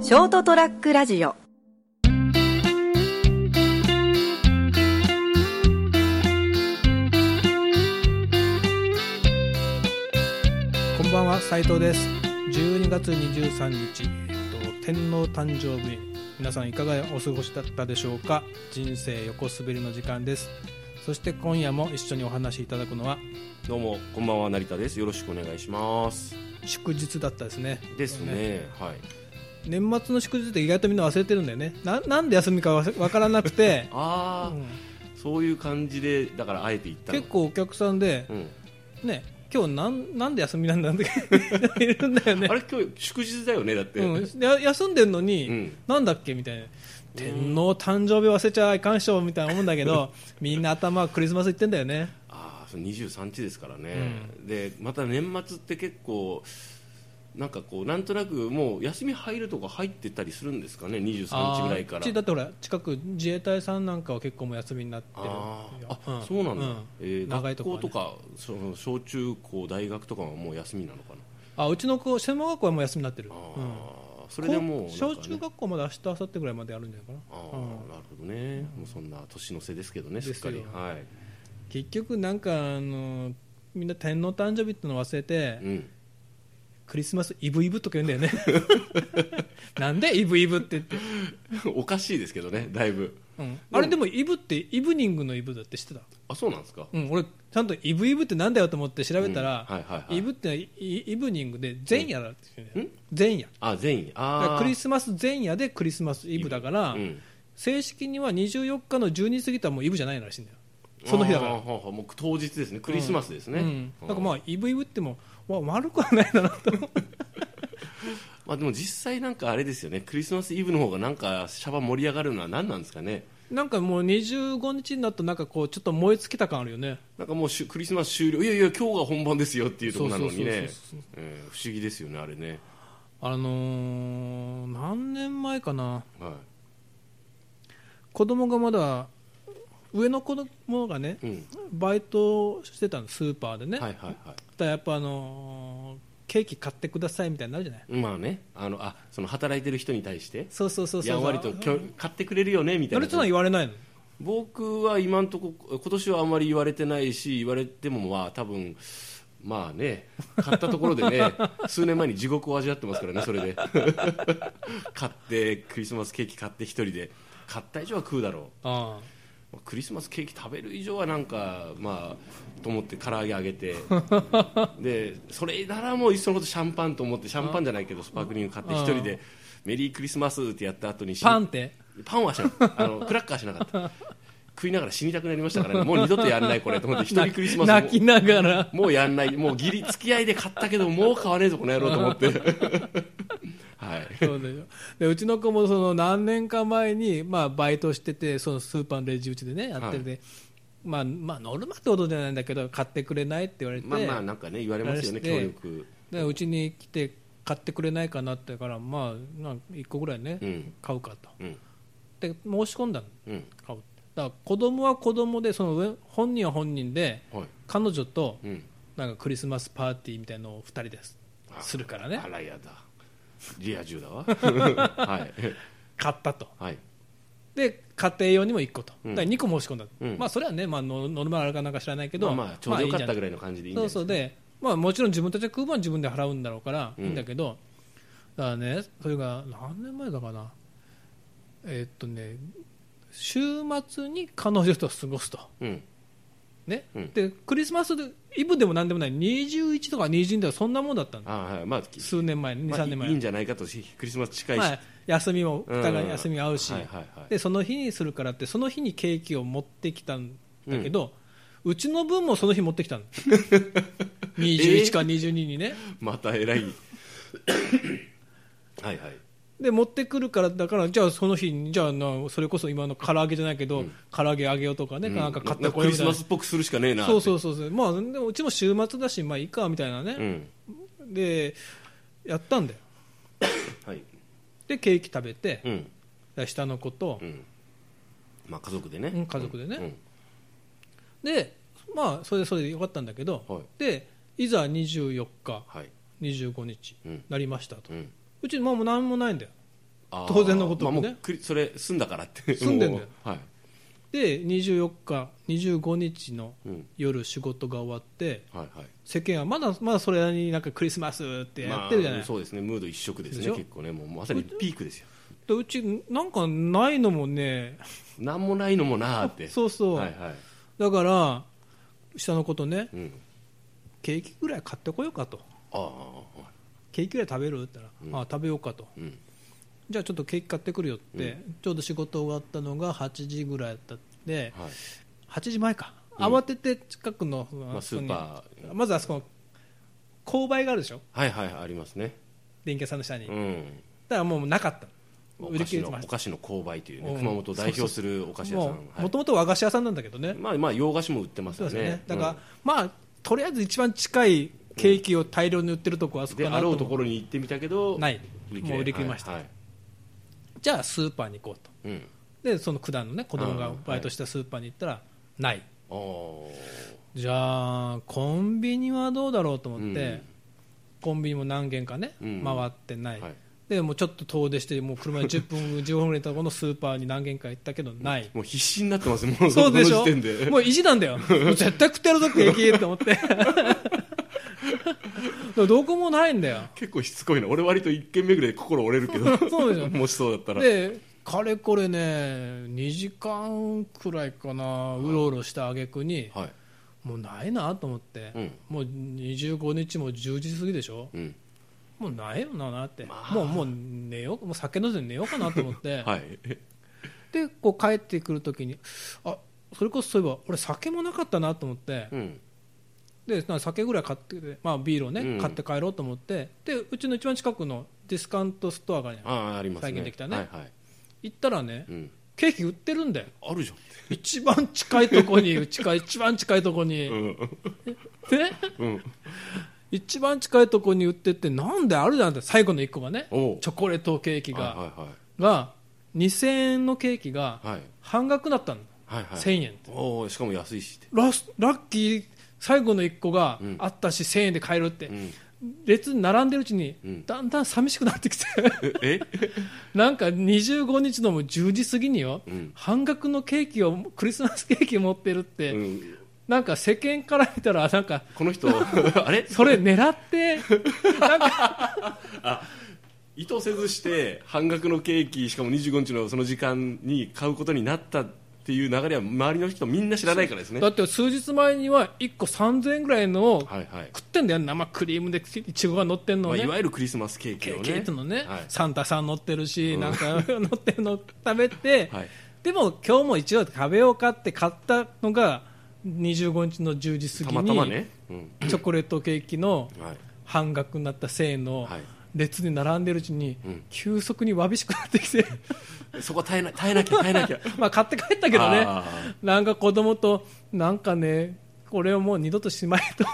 ショートトラックラジオこんばんは斉藤です12月23日、えっと、天皇誕生日皆さんいかがお過ごしだったでしょうか人生横滑りの時間ですそして今夜も一緒にお話しいただくのはどうもこんばんは成田ですよろしくお願いします祝日だったですねですねはい、年末の祝日って意外とみんな忘れてるんだよねななんで休みかわせわからなくてああ、うん そういう感じでだからあえて言ったの結構お客さんでう、ん、ね今日なんなんで休みなんだって いるんだよねあれ今日祝日だよねだって、うん、や休んでるのに、うんなんだっけみたいな天皇誕生日忘れちゃいかんっしょみたいな思うんだけ どみんな頭クリスマス行ってんだよねああその23日ですからね、でまた年末って結構なんかこうなんとなくもう休み入るとこ入ってたりするんですかね23日ぐらいからあーうちだってほら近く自衛隊さんなんかは結構もう休みになってるあーよあ、そうなんだ、えー長いとこはね学校とかその小中高大学とかはもう休みなのかなあうちの子専門学校はもう休みになってる、あうんあ、それでもうなんかね小中学校まで明日明後日ぐらいまであるんじゃないあかあな、うんなるほどね、もうそんな年の瀬ですけどね、すっかりです、よはい結局なんかあのみんな天皇誕生日っての忘れて、うん、 クリスマスイブイブとか言うんだよねなんでイブイブって言っておかしいですけどね、だいぶ、うん、あれでもイブってイブニングのイブだって知ってた、あそうなんですか、うん、俺ちゃんとイブイブってなんだよと思って調べたら、うんはいはいはいイブってイイブニングで前夜だって言うね、ん前夜あ全員、だかあらあクリスマス前夜でクリスマスイブだから、うん正式には24日の12時過ぎたらもうイブじゃないらしいんだよその日だかあらーはあはあもう当日ですね、クリスマスですね、うん、だからまああイブイブってもわ悪くはないだなと思うまあ、でも実際、なんかあれですよね、クリスマスイブの方がなんか、シャバ盛り上がるのは何なんですかね、なんかもう25日になるとなんかこうちょっと燃え尽きた感あるよねなんかもうしゅクリスマス終了、いやいや、今日が本番ですよっていうところなのそうにねそうそうそう、えー不思議ですよね、あれね。あのー何年前かなは子供がまだ上の子供がねいうんバイトをしてたのスーパーでね、はいはいはいだからやっぱあのーケーキ買ってくださいみたいになるじゃないまあね、あのあその働いてる人に対してそうそうそうそうやんわりときょ買ってくれるよねみたいあなれつは言われないの僕は今のとこ今年はあんまり言われてないし言われてもまあ多分まあね買ったところで ね数年前に地獄を味わってますからねそれで 買ってクリスマスケーキ買って一人で買った以上は食うだろあうクリスマスケーキ食べる以上はなんかまあと思って唐揚げあげ てでそれならもういっそのことシャンパンと思ってシャンパンじゃないけどスパークリング買って一人でメリークリスマスってやった後にパンってパンはしなかったあのクラッカーはしなかった食いながら死にたくなりましたからねもう二度とやんないこれと思って一人クリスマスも泣きながらもうやんないもう義理付き合いで買ったけどもう買わねえぞこの野郎と思って はいそうでしょでうちの子もその何年か前に、まあ、バイトしててそのスーパーのレジ打ちでねやってて、まあまあ、ノルマってことじゃないんだけど買ってくれないって言われて、まあまあなんかね言われますよねあれして協力でうちに来て買ってくれないかなって言うから、まあ、なんか1個ぐらいね、うん買うかとうんで申し込んだのうん買うだから子供は子供でその上本人は本人ではい彼女とうんなんかクリスマスパーティーみたいなのを2人ですあするからねあらやだリア充だ わはい買ったとはいで家庭用にも1個とうんだから2個申し込んだ、うんまあそれはね、まあ、ノノルマあるかなんか知らないけまど、あまあちょうどよかったぐらいらいの感じでいいんじゃそなういですそかうで、まあ、もちろん自分たちが食う分は自分で払うんだろうからいいんだけど、だからねそれが何年前だかなえーっとね週末に彼女と過ごすとうんねうんでクリスマスでイブでもなんでもない21とか22とかそんなもんだったんだあはいまあ数年前23まあ年前、いいんじゃないかとしクリスマス近いしまあ、休みもうんお互い休み合うし、はいはいはいでその日にするからってその日にケーキを持ってきたんだけど、うちの分もその日持ってきた の21か22にね、また偉い はいはいで持ってくるからだからじゃあその日にじゃあなそれこそ今の唐揚げじゃないけど、唐揚げあげようとかね、なんか買ってこクようリみスたいなマスっぽくするしかねえなそうそううそうそうまあでもうちも週末だしまあいいかみたいなうね、んでやったんだよはいでケーキ食べて、うんで下の子と、うんまあ家族でね、うん家族でねでまあそれでそれでよかったんだけど、はいでいざ24日はい25日うんなりましたと、ううんちまあもう何もないんだよあー当然のことだまよあねもうくりそれ済んだか らって済んでんだよもうはいで24日25日のうん夜仕事が終わってはいはい世間はまだまだそれなりになんかクリスマスってやってるじゃない、まあそうですねムード一色ですでしねょ結構ねもうまさにピークですよでうちなんかないのもねなんもないのもなーってそうそう、はいはいだから下のことねうんケーキぐらい買ってこようかとああケーキぐらい食べるって言ったら、あ食べようかとうんじゃあちょっとケーキ買ってくるよって、ちょうど仕事終わったのが8時ぐらいだったんではい8時前かうん慌てて近くの、まああそスこにーパーまずあそこの購買があるでしょはいはいありますね電気屋さんの下に、うだかんらもうなかったお売り菓切子れてまのおした菓子の購買といううねん熊本を代表するお菓子屋さんはいもともと和菓子屋さんなんだけどね、まあまあ洋菓子も売ってますそうよですよねねだから、まあとりあえず一番近いケーキを大量に売ってるとこはあうそんこでかなあとろ思ううところに行ってみたけどないれもう売り切れました、はいはいじゃあスーパーに行こうとうんでその九段のね子供がうんバイトしたスーパーに行ったら、ないあーじゃあコンビニはどうだろうと思って、うんコンビニも何軒かね、うん回ってない、はいでもうちょっと遠出してもう車で10分 15分ぐらいのところのスーパーに何軒か行ったけどないもう必死になってますもう そうでしょこの時点でもう意地なんだよもう絶対食ってやるぞケーキと 思ってどこもないんだよ結構しつこいな俺割と1軒目ぐらいで心折れるけど そうでしょもしそうだったらでかれこれね2時間くらいかなうろうろした挙句にはいもうないなと思って、うんもう25日も10時過ぎでしょうんもうないよななって、まあもうもう寝ようもう酒飲んで寝ようかなと思って、 はいでこう帰ってくるときにあそれこそそういえば俺酒もなかったなと思って、うんでな酒ぐらい買ってきて、まあ、ビールをね、うん買って帰ろうと思ってでうちの一番近くのディスカウントストアがねああありますね最近できたねはいはい行ったらねうんケーキ売ってるんだよあるじゃんっ一番近いとこにうちか一番近いとこに、 てうんでうん一番近いとこに売っててなんであるじゃんって最後の1個がねチおうョコレートケーキが、はが2000円のケーキがいはいはい半額だったの、はいはい1000円っておおしかも安いしってラスラッキー最後の1個がうんあったし、1000円で買えるって、うん列に並んでるうちに、うんだんだん寂しくなってき てえなんか25日のもう10時過ぎによ、うん半額のケーキをクリスマスケーキ持ってるって、うんなんか世間から見たらなんかこの人 あれそれ狙ってなんか意図せずして半額のケーキしかも25日のその時間に買うことになったっていう流れは周りの人みんな知らないからですねだはって数日前には1個3000円ぐらいのをいはい食ってんだよ生クリームでいちごが乗ってんのまをあ、ねいわゆるクリスマスケーキケをねーキとのね、はいサンタさん乗ってるし、うんなんか 乗ってるの食べて、はいでも今日も一応食べようかって買ったのが25日の10時過ぎにたまたまね、うんチョコレートケーキのはい、半額になった1000円のはい列に並んでるうちに、うん急速にわびしくなってきて そこ耐えな耐えなきゃ耐えなきゃ まあ買って帰ったけどねあーなんか子供となんかねこれをもう二度としまえと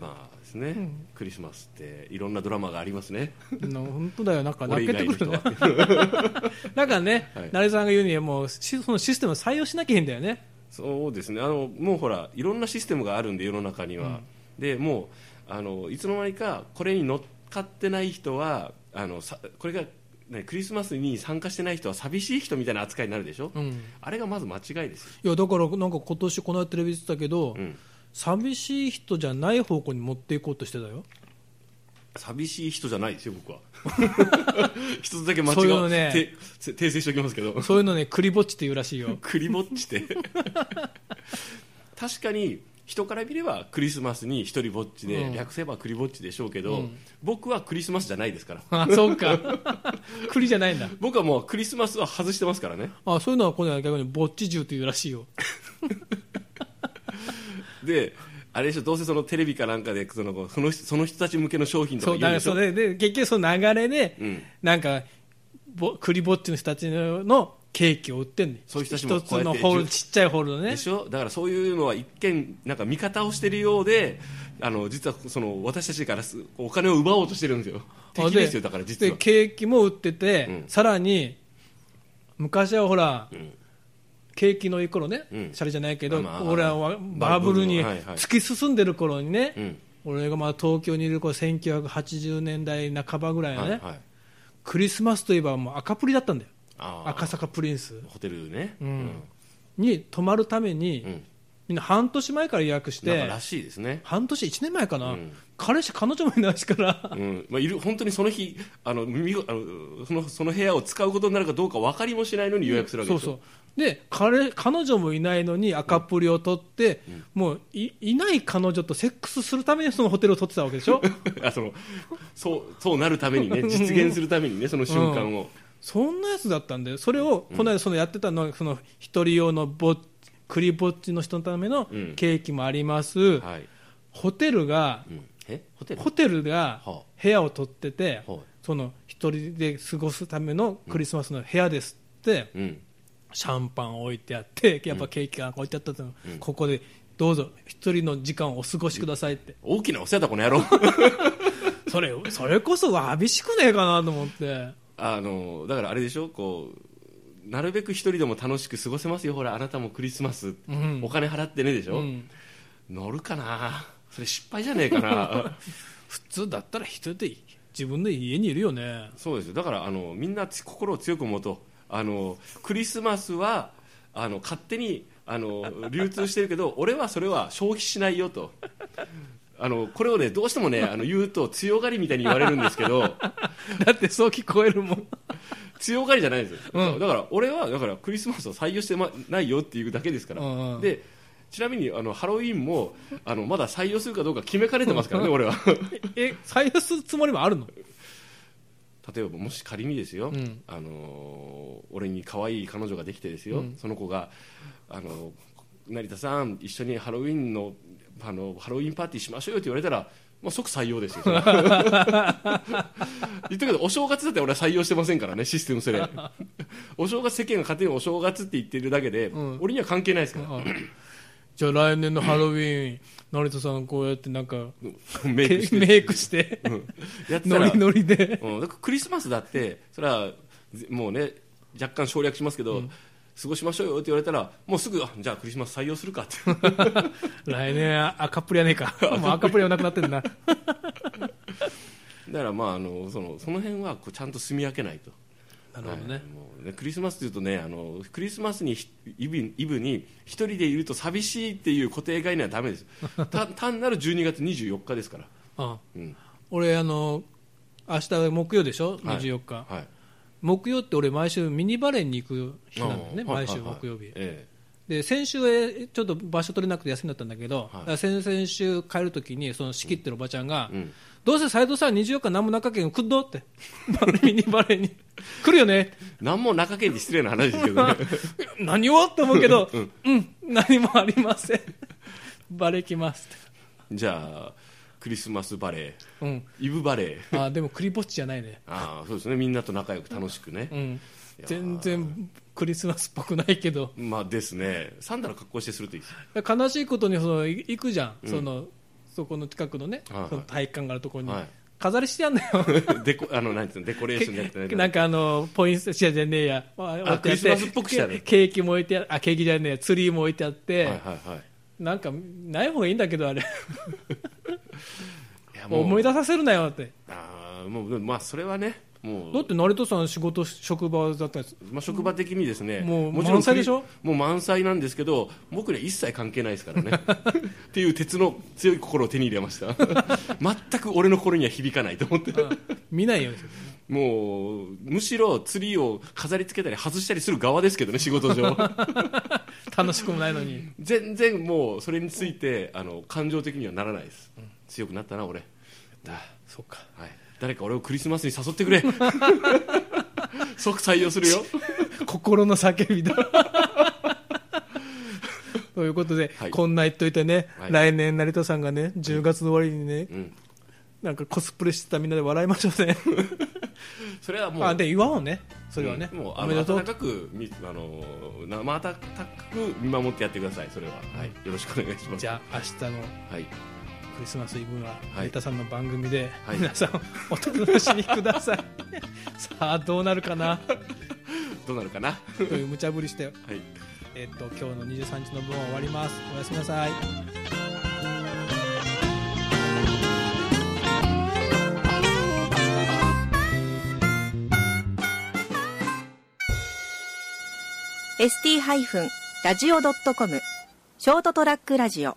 まあですね、クリスマスっていろんなドラマがありますねの本当だよなんか俺泣以けて外くのる人ね はだからね、はい成さんが言うにはもうしそのシステムを採用しなきゃいいんだよねそうですねあのもうほらいろんなシステムがあるんで世の中には、でもうあのいつの間にかこれに乗っかってない人はあのさこれが、ね、クリスマスに参加してない人は寂しい人みたいな扱いになるでしょ、うんあれがまず間違いですよ、いやだからなんか今年この間テレビ出てたけど、うん、寂しい人じゃない方向に持っていこうとしてたよ寂しい人じゃないですよ 僕は一つだけ間違そういうのねて訂正しておきますけどそういうのねクリぼっちっていうらしい よクリぼっちで確かに人から見ればクリスマスに一人ぼっちで、うん略せばクリぼっちでしょうけど、うん僕はクリスマスじゃないですからあそうか クリじゃないんだ僕はもうクリスマスは外してますからねあそういうのは今度は逆にぼっち銃っていうらしいよであれでしょどうせそのテレビかなんかでそのその人その人たち向けの商品とかそう言だからうでしょそれで結局その流れで、うんなんかぼクリぼっちの人たちのケーキを売ってんねそういう人たちも一つこうやのってホールちっちゃいホールのねでしょだからそういうのは一見なんか味方をしてるようであの実はその私たちからすお金を奪おうとしてるんですよ敵ですよだから実では、ケーキも売ってて、うんさらに昔はほら、うんケーキのいい頃ね、うんシャレじゃないけど、まあ俺はババブブルルのにはいはい突き進んでる頃にね、うん俺がまあ東京にいる頃1980年代半ばぐらいのね、はいはいクリスマスといえばもう赤プリだったんだよあー赤坂プリンス、ホテルね、うんに泊まるために、うんみんな半年前から予約しなんかてらしいですね、半年1年前かな、うん彼氏彼女もいないしからうんまあ、いる本当にその日あのみごあのそのその部屋を使うことになるかどうか分かりもしないのに予約するわけそうでしょ、そうで彼彼女もいないのに赤プリを取って、もういいない彼女とセックスするためにそのホテルを取ってたわけでしょ あそのそうそうなるためにね実現するためにねその瞬間を、そんなやつだったんだよそれをこの間そのやってたのはその一人用のぼっ栗ぼっちの人のためのうんケーキもあります、はい、ホテルがうん、えホテルホテルがはあ部屋を取ってて、はいその一人で過ごすためのクリスマスの部屋ですって、うんシャンパンを置いてあってやっぱケーキが置いてあったっていうの、ここでどうぞ一人の時間をお過ごしくださいって大きなお世話だこの野郎 それそれこそわびしくねえかなと思ってあのだからあれでしょこうなるべく一人でも楽しく過ごせますよほらあなたもクリスマス、んお金払ってねでしょ、ん乗るかなそれ失敗じゃねえかな普通だったら一人で自分の家にいるよねそうですよだからあのみんなつ心を強く持とうあのクリスマスはあの勝手にあの流通してるけど 俺はそれは消費しないよとあのこれをねどうしてもねあの言うと強がりみたいに言われるんですけど だってそう聞こえるもん強がりじゃないんですよ、うんだから俺はだからクリスマスを採用してまないよっていうだけですから、うんうんでちなみにあのハロウィーンもあのまだ採用するかどうか決めかねてます からね俺はえ採用するつもりもあるの例えばもし仮にですよ、うんあのー俺に可愛い彼女ができてですよ、うんその子が、あのー成田さん一緒にハロウィーンのあのハロウィーンパーティーしましょうよって言われたら、まあ、即採 用ですよ 言ったけどお正月だって俺は採用してませんからねシステムそれ お正月世間が勝手にお正月って言ってるだけで、うん俺には関係ないですから、じゃあ来年のハロウィーン成田さんこうやってなんか メイクして メイクしてやってたノらリノリでうん、だからクリスマスだってそれはぜもうね若干省略しますけど、過ごしましょうよって言われたらもうすぐあじゃあクリスマス採用するか って来年赤プリはねえ かもう赤プリはなくなってんなだからまああのそのその辺はこうちゃんと住み分けないと。なるほどねはいもうねクリスマスというとねあのクリスマスにひイブイブに一人でいると寂しいっていう固定概念はダ メですた単なる12月24日ですから、うんうん俺あの明日木曜でしょはい24日、はい、木曜って俺毎週ミニバレーに行く日なんだよねあーはい毎週はいはい木曜日、えで先週えちょっと場所取れなくて休みだったんだけど、はいだから先々週帰るときにその仕切ってるおばちゃんが、えうんどうせ斎藤さん24日何も中県来んのって ミニバレーに来るよね何も中堅で失礼な話ですけ どね何をって思うけどうん、何もありませんバレー来ますっじゃあクリスマスバレて、うん、ーイブバレーあーでもクリぼっちじゃないねああそうですねみんなと仲良く楽しくねう、んいやー全然クリスマスっぽくないけどまあですねサンダル格好してするといいです悲しいことにそのい行くじゃん、そのそこの近くのね、はいはいその体育館があるところに、はい飾りしてやんだ よ デコあのなんていうのデコレーションやってないなんかあのポイントじゃねえやあ置いてあクリスマスっぽくしてやるケ ケーキも置いてああケーキじゃねえやツリーも置いてあって、はいはいはいなんかない方がいいんだけどあれいやもう思い出させるなよってああもうまあそれはねもだっう、て成田さん仕事職場だったんですまあ、職場的にですねもうちろん満載でしょクリもう満載なんですけど僕には一切関係ないですからねっていう鉄の強い心を手に入れま した全く俺の心には響かないと思って見ないよもうむしろツリーを飾り付けたり外したりする側ですけどね仕事上楽しくもないのに全然もうそれについてあの感情的にはならないです、強くなったな俺だ、そっかはい、誰か俺をクリスマスに誘ってくれ 即採用するよ心の叫びだ ということで、はいこんな言っといてね、はい来年成田さんがね10月の終わりにね、うんなんかコスプレしてたみんなで笑いましょうね。それはもうあ、で、祝おうね。それはね。うんもうおあめのでと温う。かくみあの生温かく見守ってやってくださいそれは、はい、よろしくお願いしますじゃあ、明日のはい、クリスマスイブは、はい成田さんの番組で、はい皆さん、お楽しみください。 さあ、どうなるかなどうなるかなはという無茶ぶりして、いえっと、今日の23日の分は終わります。おやすみなさい。 ST-radio.com ショートトラックラジオ